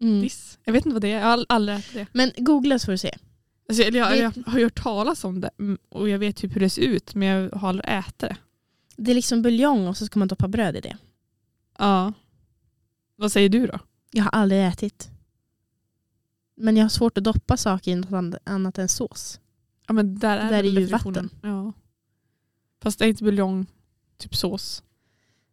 C: Diss. Jag vet inte vad det är. Jag har all- aldrig ätit det.
A: Men googla så får du se.
C: Alltså, eller jag,
A: Det-
C: jag har ju hört talas om det mm, och jag vet typ hur det ser ut men jag har aldrig ätit det.
A: Det är liksom buljong och så ska man doppa bröd i det.
C: Ja. Vad säger du då?
A: Jag har aldrig ätit. Men jag har svårt att doppa saker i något and- annat än sås.
C: Ja, men där är,
A: Där är
C: väl
A: ju
C: definitionen. Ja. Fast det är inte buljong, typ sås.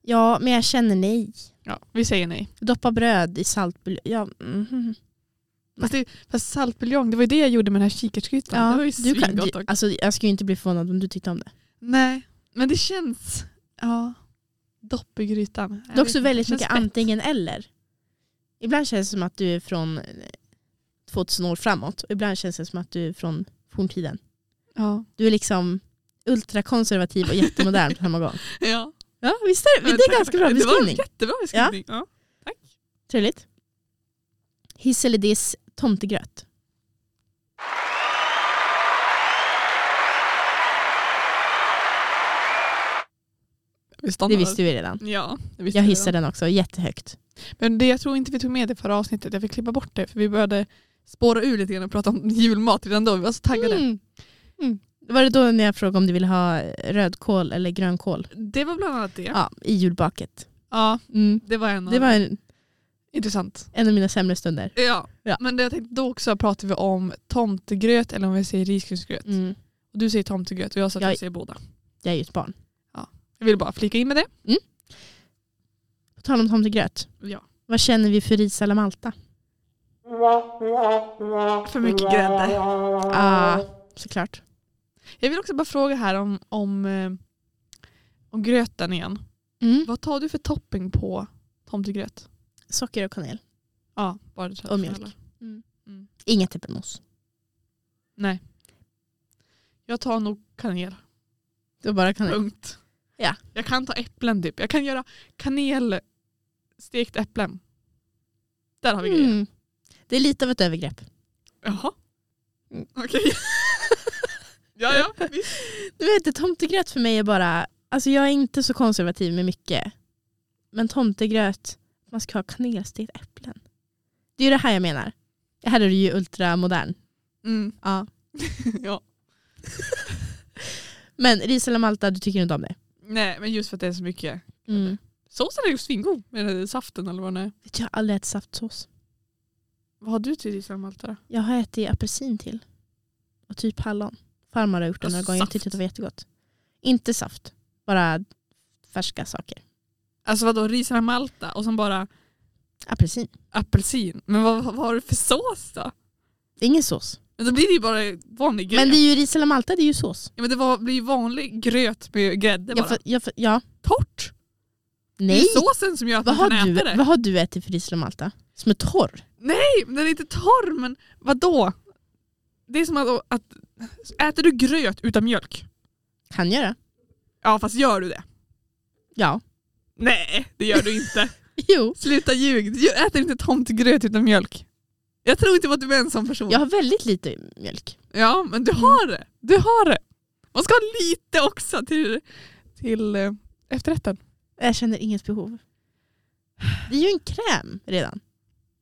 A: Ja, men jag känner nej.
C: Ja, vi säger nej.
A: Doppa bröd i saltbuljong. Ja, mhm.
C: Fast, det, fast saltbuljong, det var ju det jag gjorde med den här kikärtsgrytan. det var ju
A: du kan,
C: svingott
A: du,
C: också.
A: alltså, jag skulle ju inte bli förvånad om du tyckte om det.
C: Nej, men det känns... Ja. Dopp i grytan.
A: Det är också väldigt mycket antingen eller. Ibland känns det som att du är från eh, 2000 år framåt och ibland känns det som att du är från forntiden.
C: Ja.
A: Du är liksom ultrakonservativ och
C: <laughs>
A: jättemodern på samma gång.
C: ja.
A: Ja, visst är det? Det är ganska bra
C: Det var
A: beskrivning.
C: en jättebra beskrivning. Ja.
A: Trevligt. Hiss eller diss, tomtegröt.
C: Vi stannar
A: Det
C: där.
A: visste vi redan.
C: Ja, det visste
A: Jag
C: vi
A: hissar
C: redan.
A: den också, jättehögt.
C: Men det jag tror inte vi tog med det förra avsnittet. Jag fick klippa bort det för vi började spåra ur lite grann och prata om julmat redan då. Vi var så taggade.
A: Mm. Mm. Var det då när jag frågade om du ville ha rödkål eller grönkål?
C: Det var bland annat det. Ja, Mm.
A: Ja, i julbaket.
C: det var en av
A: Det var en,
C: intressant.
A: en av mina sämre stunder.
C: Ja.
A: Ja.
C: Men det jag tänkte då också pratade vi om tomtegröt eller om vi säger risgrynsgröt.
A: Mm.
C: Och Du säger tomtegröt och jag sa att
A: Jag-
C: jag säger båda.
A: Jag är ju ett barn.
C: Jag ville bara flika in med det.
A: På tal om tomtegröt,
C: Ja.
A: vad känner vi för ris alla Malta?
C: För mycket grädde.
A: Ah, såklart.
C: Jag vill också bara fråga här om, om, eh, om gröten igen.
A: Mm.
C: Vad tar du för topping på tomtegröt?
A: Socker och kanel.
C: Ja, bara det
A: Och mjölk.
C: traditionella.
A: Inget typ äppelmos.
C: Nej. Jag tar nog kanel.
A: Det var bara kanel.
C: Punkt.
A: Ja.
C: Jag kan ta äpplen typ. Jag kan göra kanel stekt äpplen. Där har vi grejen.
A: Mm. Det är lite av ett övergrepp.
C: Jaha.
A: Mm.
C: Okej. <laughs> ja, ja. Visst.
A: Du vet, det, tomtegröt för mig är bara... Alltså jag är inte så konservativ med mycket. Men tomtegröt, man ska ha kanelstekt äpplen. Det är ju det här jag menar. Det här är det ju ultramodern.
C: Mm.
A: Ja.
C: <laughs> ja.
A: Men ris eller Malta, du tycker inte om det?
C: Nej, men just för att det är så mycket.
A: Mm.
C: Såsen är ju svingod med den där saften eller vad det är.
A: Vet du, jag har aldrig ätit saftsås.
C: Vad har du till risgrynsgröt Malta då?
A: Jag har ätit apelsin till. Och typ hallon. Farmor har gjort det
C: Alltså
A: några gånger. Jag
C: saft.
A: tyckte det var jättegott. Inte saft, bara färska saker.
C: Alltså vadå risgrynsgröt Malta och sen bara
A: Apelsin.
C: apelsin. Men vad, vad har du för sås då?
A: Ingen sås.
C: Men då blir det ju bara vanlig gröt.
A: Men det är ju ris eller Malta, det är ju sås.
C: Ja, men det var, blir ju vanlig gröt med grädde bara.
A: Jag, fa- jag, fa- ja.
C: Torrt!
A: Nej.
C: Det är såsen som gör att
A: Vad
C: man
A: har,
C: kan
A: du,
C: äta det.
A: vad har du ätit för ris eller Malta? Som är torr?
C: Nej, men den är inte torr men vadå? Det är som att, att äter du gröt utan mjölk?
A: Kan göra.
C: Ja fast gör du det? <laughs>
A: Ja.
C: Nej det gör du inte.
A: Jo.
C: <laughs> Sluta ljug, du gör- äter inte tomtegröt utan mjölk. Jag tror inte på att du är en sån person.
A: Jag har väldigt lite mjölk.
C: Ja, men du har det. Mm. Du har det. Man ska ha lite också till, till eh, efterrätten.
A: Jag känner inget behov. Det är ju en kräm redan.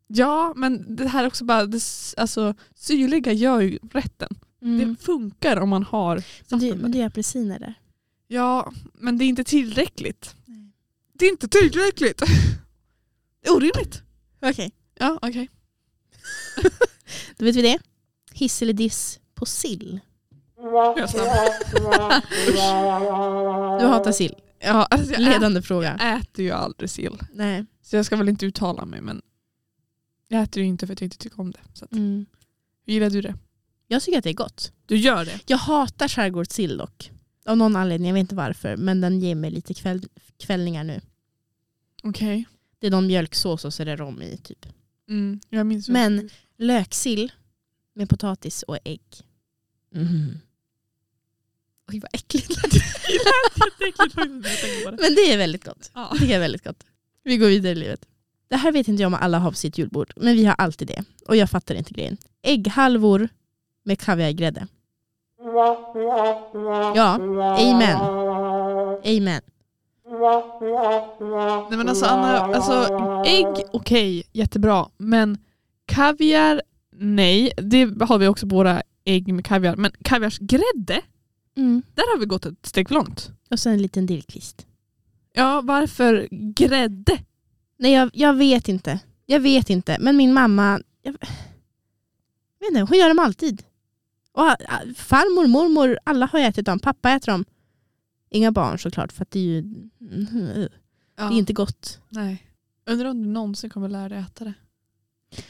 C: Ja, men det här är också bara, det, s- alltså syrliga gör ju rätten. Det funkar om man har
A: Men, Mm. det,
C: saften
A: men
C: där.
A: det är apelsiner där.
C: Ja, men det är inte tillräckligt.
A: Nej.
C: Det är inte tillräckligt. Det är <laughs> Orimligt.
A: Okej.
C: Ja, okej.
A: Då vet vi det. Hiss eller diss på sill? Du hatar sill.
C: Ja, alltså jag äter,
A: Ledande fråga.
C: äter ju aldrig sill,
A: Nej.
C: så jag ska väl inte uttala mig men jag äter ju inte för att jag inte tycker om det. Så att,
A: Mm.
C: gillar du det?
A: Jag tycker att det är gott.
C: Du gör det?
A: Jag hatar skärgårdssill dock. Av någon anledning, jag vet inte varför. Men den ger mig lite kväll, kvällningar nu.
C: Okej.
A: Det är någon mjölksås och så är det rom i typ.
C: Mm, jag minns ju-
A: Men- Löksill med potatis och ägg. Mm. Oj vad äckligt det lät.
C: Det är äckligt faktiskt när jag tänker på det.
A: Men det är väldigt gott.
C: Ja.
A: Det är väldigt gott. Vi går vidare i livet. Det här vet inte jag om alla har på sitt julbord, men vi har alltid det. Och jag fattar inte grejen. Ägghalvor med kaviargrädde. Ja, amen. Amen.
C: Nej men alltså Anna, alltså, ägg okej, jättebra. Men kaviar, nej. Det har vi också på våra ägg med kaviar. Men kaviarsgrädde,
A: Mm.
C: där har vi gått ett steg för långt.
A: Och sen en liten dillkvist.
C: Ja, varför grädde?
A: Nej, jag, jag vet inte. Jag vet inte, men min mamma... Jag, jag vet inte, hon gör dem alltid. Och, ah, farmor, mormor, alla har ätit dem. Pappa äter dem. Inga barn såklart, för att det är ju... mm-hmm, Det är inte gott.
C: Nej. Undrar om du någonsin kommer lära dig äta det.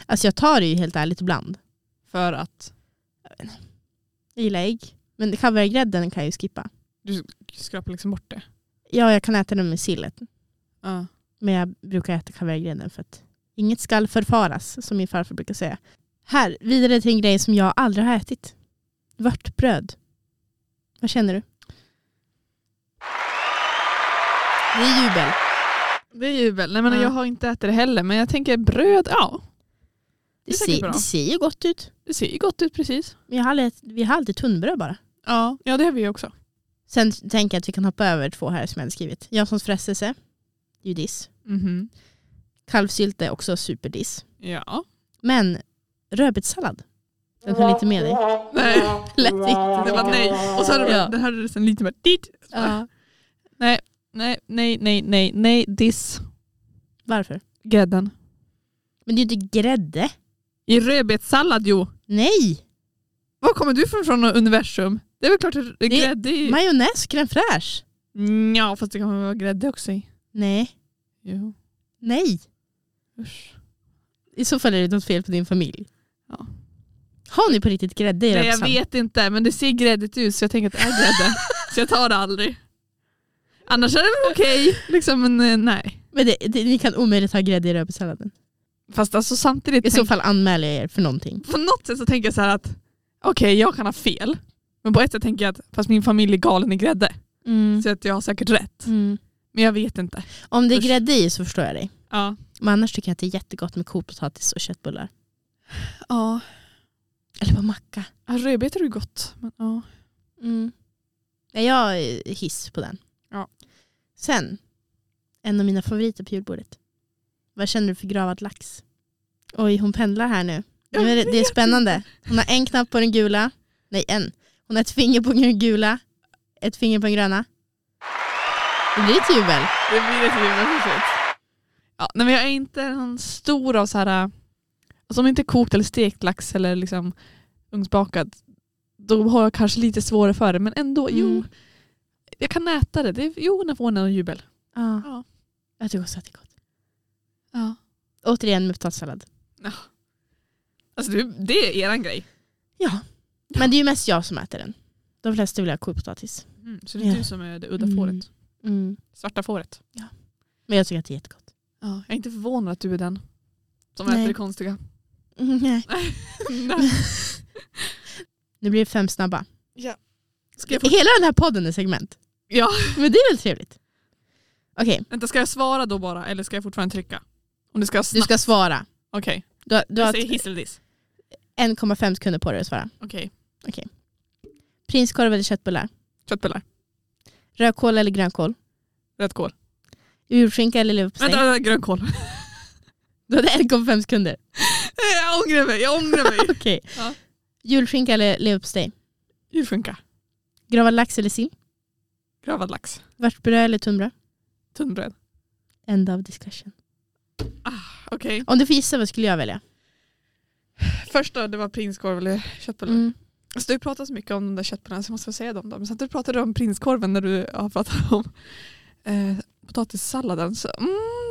A: Alltså jag tar det ju helt ärligt ibland.
C: För att
A: Jag gillar ägg. Men kaviargrädden kan jag ju skippa.
C: du skrapar liksom bort det.
A: Ja, jag kan äta den med sillet.
C: Ja.
A: Men jag brukar äta kaviargrädden för att inget skall förfaras, som min farfar brukar säga. Här, vidare till en grej som jag aldrig har ätit. Vörtbröd. Vad känner du? Det är jubel.
C: Det är jubel. Nej men
A: Ja.
C: jag har inte ätit det heller. Men jag tänker bröd, ja.
A: Det,
C: är säkert
A: ser,
C: bra.
A: det ser ju gott ut.
C: Det ser ju gott ut precis.
A: Men jag har aldrig, ätit- vi har alltid tunnbröd bara.
C: Ja, ja det har vi ju också.
A: Sen tänker jag att vi kan hoppa över två här som jag hade skrivit. Janssons frestelse, judiss.
C: Mhm.
A: Kalvsylte, också superdiss.
C: Ja.
A: Men rödbetssallad. Den höll inte med dig.
C: Nej.
A: Lät inte.
C: Det var nej. Och så hade
A: Ja.
C: ja. den här rösten lite mer dit.
A: Ja.
C: Nej, nej, nej, nej, nej, nej, diss.
A: Varför?
C: Grädden.
A: Men det är ju inte grädde.
C: I rödbetssallad jo.
A: Nej!
C: Var kommer du från från universum? Det är väl klart att det är grädde i...
A: Majonnäs, crème fraîche.
C: Ja, fast det kan väl vara grädde också i.
A: Nej.
C: Jo.
A: Nej.
C: Usch.
A: I så fall är det något fel på din familj.
C: Ja.
A: Har ni på riktigt grädde i
C: Nej, jag
A: rödbetan?
C: vet inte, men det ser gräddigt ut så jag tänker att det är <laughs> grädde. så jag tar det aldrig. Annars är det väl okej, liksom, men eh, nej.
A: Men det, det, ni kan omöjligt ha grädde i rödbetssalladen.
C: Fast alltså samtidigt,
A: I så
C: tänk,
A: fall anmäler jag er för någonting.
C: på något sätt så tänker jag så här att okej, jag kan ha fel. Men på ett sätt tänker jag att fast min familj är galen i grädde. Så att jag har säkert rätt.
A: Mm.
C: Men jag vet inte.
A: Om det är
C: Usch.
A: grädde i så förstår jag dig.
C: Ja.
A: Men annars tycker jag att det är jättegott med kokt potatis och köttbullar.
C: ja.
A: Eller på macka.
C: Rödbetor är ju gott. Men, ja.
A: Mm. Nej, jag är hiss på den.
C: Ja.
A: Sen, en av mina favoriter på julbordet. Vad känner du för gravad lax? Oj, hon pendlar här nu. nu
C: Jag
A: är det, det är
C: vet
A: spännande. Hon har en knapp på den gula. Nej, en. Hon har ett finger på den gula, ett finger på den gröna. Det blir ett jubel.
C: Det blir lite gymnastiskt. Ja, nej, men jag är inte någon stor av så här, alltså om inte kokt eller stekt lax eller liksom ugnsbakad, då har jag kanske lite svårare för det. Men ändå, jo.
A: Mm.
C: Jag kan äta det. det jo, när får en jubel.
A: Ja.
C: Ja.
A: Jag tycker också att det är gott.
C: Ja.
A: Återigen med potatissallad.
C: Alltså det, det är eran grej.
A: Ja. Men det är ju mest jag som äter den. De flesta vill ha kopotatis.
C: Mm, så det är
A: Ja.
C: du som är det udda
A: Mm.
C: fåret.
A: Mm.
C: Svarta fåret.
A: Men jag tycker att det är jättegott.
C: Ja, jag är inte förvånad att du är den som
A: Nej.
C: äter det <laughs> konstiga.
A: Mm, nej.
C: Nej.
A: Nu blir det fem snabba.
C: Ja. Ska jag få-
A: Hela den här podden är segment.
C: Ja.
A: Men det är väl trevligt? Okej,
C: Vänta, ska jag svara då bara eller ska jag fortfarande trycka? Om du ska
A: du
C: snabbt.
A: ska svara.
C: Okej,
A: Du har, du
C: jag
A: har
C: säger hiss eller diss.
A: 1,5 sekunder på dig att svara.
C: Okej,
A: Prinskorv eller köttbullar?
C: köttbullar,
A: Rödkål eller grönkål?
C: rödkål.
A: Julskinka eller leverpastej?
C: Vänta, vänta, grönkål.
A: Du hade 1,5 sekunder.
C: <laughs> jag ångrar mig, jag ångrar <laughs> mig.
A: Okej.
C: Ja.
A: Julskinka eller leverpastej?
C: Julskinka,
A: Gravad lax eller sill?
C: gravad lax,
A: Vörtbröd eller tunnbröd?
C: tunnbröd. Ah,
A: End of discussion.
C: Okej,
A: Om du får gissa, vad skulle jag välja?
C: första det var prinskorv eller köttbullar.
A: Mm.
C: Så Alltså, du pratar så mycket om de där köttbullarna så jag måste jag säga dem då. Men sen du pratade om prinskorven när du har pratat om eh, potatissalladen. Så, mm,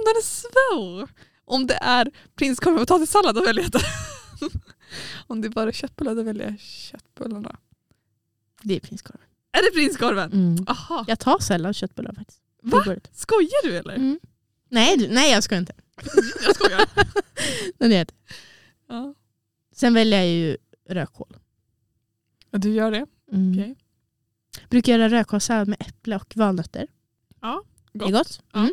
C: den är svår. Om det är prinskorv och potatissallad då väljer jag den. <laughs> om det är bara köttbullar då väljer jag köttbullarna.
A: Det är prinskorv.
C: Är det prinskorven?
A: Mm.
C: Aha.
A: Jag tar sällan köttbullar faktiskt.
C: Va?
A: Julbordet.
C: Skojar du eller?
A: Mm. Nej, du, nej, jag ska inte. <laughs>
C: Jag skojar.
A: Men det är det.
C: ja.
A: Sen väljer jag ju rödkål.
C: Ja, Du gör det.
A: Mm.
C: Okej.
A: Brukar göra rödkålssallad med äpple och valnötter.
C: Ja,
A: Det är gott.
C: Ja.
A: Mm.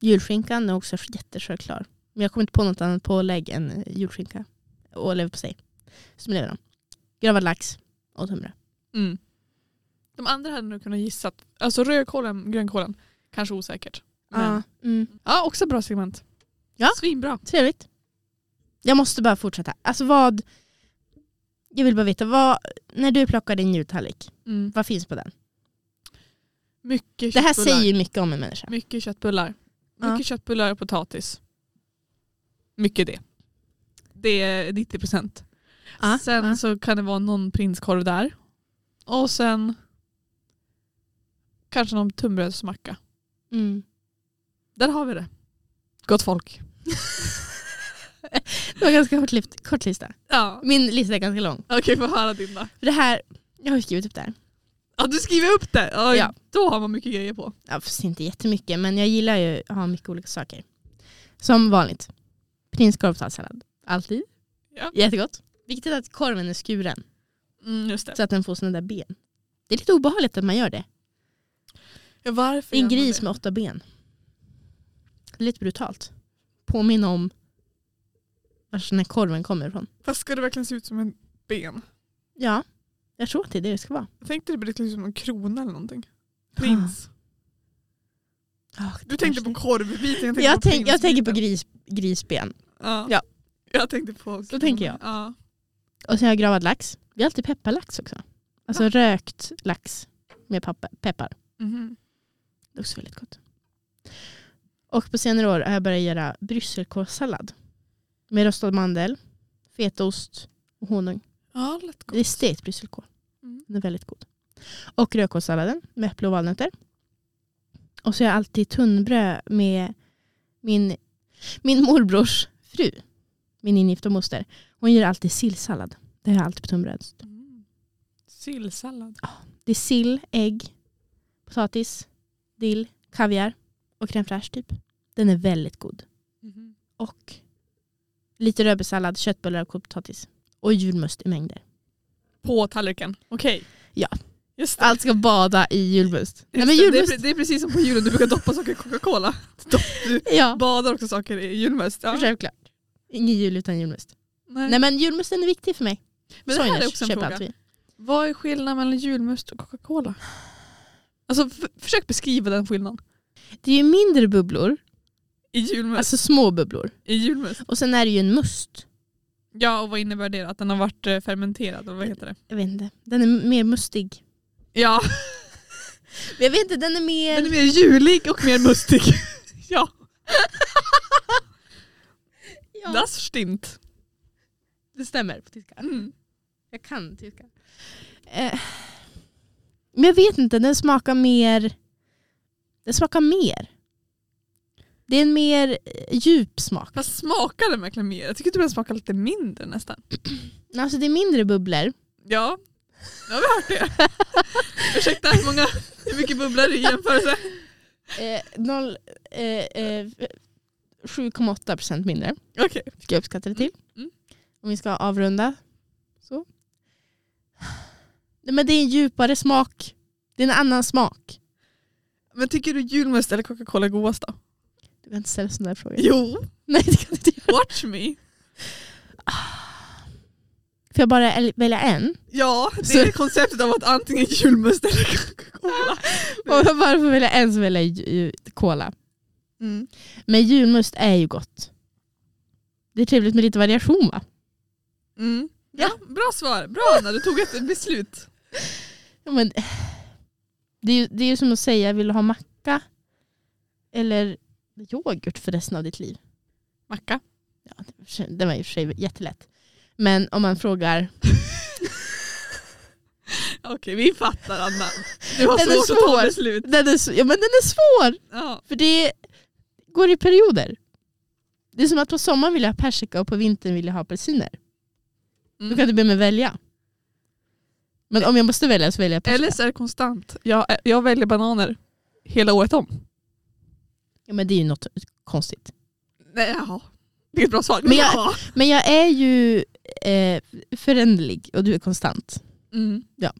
A: Julskinkan är också jättesjälvklar. Men jag kommer inte på något annat pålägg än jordskinka och leverpastej. Så blev det Gravad lax och humre.
C: Mm. De andra hade nog kunnat gissa. Alltså rödkålen, grönkålen. Kanske osäkert. Men,
A: Ja, mm.
C: ja, också bra segment.
A: Ja.
C: Svinbra.
A: Trevligt. Jag måste bara fortsätta. Alltså vad... Jag vill bara veta, vad, när du plockar din jultallrik,
C: Mm.
A: vad finns på den?
C: Mycket
A: Det här
C: köttbullar.
A: säger ju mycket om en människa.
C: Mycket köttbullar.
A: Ja.
C: Mycket köttbullar och potatis. Mycket det. Det är 90 procent.
A: Ja,
C: sen
A: ja.
C: så kan det vara någon prinskorv där. Och sen kanske någon tunnbrödsmacka.
A: Mm.
C: Där har vi det. Gott folk.
A: Det var ganska kort, lift, kort lista.
C: Ja.
A: Min lista är ganska lång.
C: Okej, få höra din då.
A: För det här, jag har ju skrivit upp det här.
C: Ja, du skriver upp det. Oj,
A: Ja.
C: Då har man mycket grejer på.
A: Ja, fast inte jättemycket, men jag gillar ju att ha mycket olika saker. Som vanligt, prinskorv och sallad. Alltid.
C: Ja.
A: Jättegott. Viktigt att korven är skuren
C: Mm, just det.
A: så att den får sina där ben. Det är lite obehagligt att man gör det.
C: Ja, varför
A: Det är en
C: gör man
A: gris
C: det?
A: med åtta ben. Det är lite brutalt. Påminna om var den här korven kommer ifrån.
C: Fast ska det verkligen se ut som en ben?
A: Ja, jag tror att det är det det ska vara.
C: Jag tänkte det blir lite som en krona eller någonting. Ah. Prins. Du tänkte på korvbiten. Jag, tänkte
A: jag,
C: på
A: tänk, jag tänker på
C: prinsbiten.
A: gris, grisben.
C: Ja.
A: Ja.
C: Jag tänkte på...
A: Så tänker jag.
C: Ja.
A: Och sen har jag gravad lax. Vi har alltid pepparlax också. Alltså rökt lax med pappa, peppar.
C: Mhm.
A: Det är också väldigt gott. Och på senare år har jag börjat göra brysselkålssallad. Med rostad mandel, fetaost och honung.
C: Ja, lätt
A: Det är stekt brysselkål.
C: Mm.
A: Den är väldigt god. Och rödkålssalladen med äpple och valnötter. Och så har jag alltid tunnbröd med min, min morbrors fru. Min ingifta moster. Hon gör alltid sillsallad. Det har jag alltid på tunnbröd.
C: Mm. Sillsallad.
A: Det är sill, ägg, potatis, dill, kaviar och crème fraîche typ. Den är väldigt god.
C: Mhm.
A: Och lite rödbetssallad, köttbullar och kokt potatis. Och julmust i mängder.
C: På tallriken. Okej.
A: Ja.
C: Just det.
A: Allt ska bada i julmust. Nej, men
C: Just det, det,
A: julmust.
C: är, pre- det är precis som på julen, du brukar doppa saker i Coca-Cola.
A: Ja,
C: Badar också saker i julmust. Ja.
A: självklart. Ingen jul utan julmust.
C: Nej.
A: Nej men julmusten är viktig för mig.
C: Men det här är
A: Soiners
C: också en
A: köper
C: fråga.
A: alltid.
C: Vad är skillnaden mellan julmust och Coca-Cola? Alltså, f- försök beskriva den skillnaden.
A: Det är ju mindre bubblor,
C: I julmust.
A: alltså små bubblor.
C: I julmust.
A: Och sen är det ju en must.
C: Ja, och vad innebär det? Att den har varit eh, fermenterad? Eller vad heter det?
A: Jag vet inte, den är mer mustig.
C: Ja,
A: Jag vet inte, den är mer...
C: den är mer julig och mer mustig. <laughs> ja,
A: ja.
C: das stimmt.
A: Det stämmer på tyska.
C: Mm.
A: Jag kan tyska. Eh, men jag vet inte, den smakar mer... Den smakar mer. Det är en mer eh, djup smak.
C: Fast smakar den verkligen mer? Jag tycker typ den smakar lite mindre nästan.
A: Alltså det är mindre bubblor.
C: Ja, nu har vi hört det. <laughs> Ursäkta, hur, många, hur mycket bubblar det i jämförelse?
A: Eh, noll, eh, eh, 7,8 procent mindre.
C: Okej.
A: Ska jag uppskatta det till.
C: Mm.
A: Om vi ska avrunda. Så. Nej, Men det är en djupare smak. Det är en annan smak.
C: Men tycker du julmust eller Coca-Cola är godast då?
A: Du kan inte ställa sådana där frågor.
C: Jo,
A: Nej det kan du inte göra.
C: watch me.
A: Får jag bara äl- välja <laughs> en?
C: Ja, det
A: Så-
C: är konceptet av att antingen julmust eller Coca-Cola.
A: Om jag bara får välja en så väljer jag ju- ju- cola.
C: Mm.
A: Men julmust är ju gott. Det är trevligt med lite variation va?
C: Mm. Ja, bra svar. Bra Anna, du tog ett beslut.
A: Ja, men, det, är ju, det är ju som att säga, vill du ha macka? Eller yoghurt för resten av ditt liv?
C: Macka.
A: Ja, den var i och för sig jättelätt. Men om man frågar,
C: Okej, vi fattar Anna. Du har
A: Den är
C: svårt att ta
A: svår.
C: beslut.
A: den är, s- ja, men den är svår!
C: Ja.
A: För det går i perioder. Det är som att på sommaren vill jag ha persika och på vintern vill jag ha apelsiner. Då
C: Mm.
A: kan du be mig välja. Men om jag måste välja så väljer jag persika.
C: Eller så är det konstant. Jag, jag väljer bananer hela året om.
A: Ja, men det är ju något konstigt.
C: Nej, jaha. Det är ett bra svar.
A: Men jag-
C: Jaha.
A: Men jag är ju eh, föränderlig och du är konstant.
C: Mm.
A: Ja.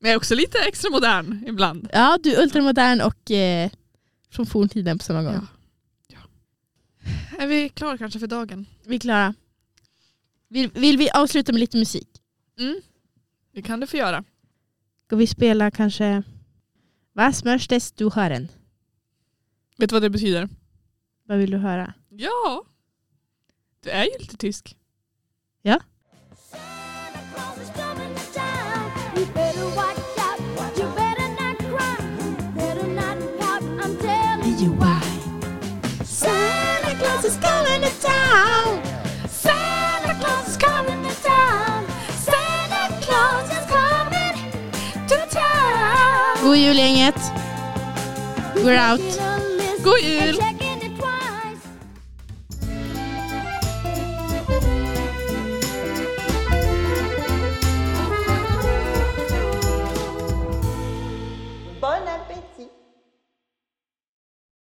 C: Men jag är också lite extra modern ibland.
A: Ja, du är ultramodern och eh, från forntiden på samma gång.
C: Ja. är vi klara kanske för dagen?
A: Vi är klara. Vill, vill vi avsluta med lite musik?
C: Det kan du få göra.
A: Ska vi spela kanske Was möchtest du hören?
C: Vet du vad det betyder?
A: Vad vill du höra?
C: Ja. Du är ju lite tysk.
D: Santa Claus is coming to town. You better watch out. You better not cry. You better not pout. I'm telling you why. Santa Claus is coming to town. Santa Claus is coming to town. Santa Claus is coming to town.
A: God jul gänget! We're out!
D: Get a list
C: God jul!
D: and check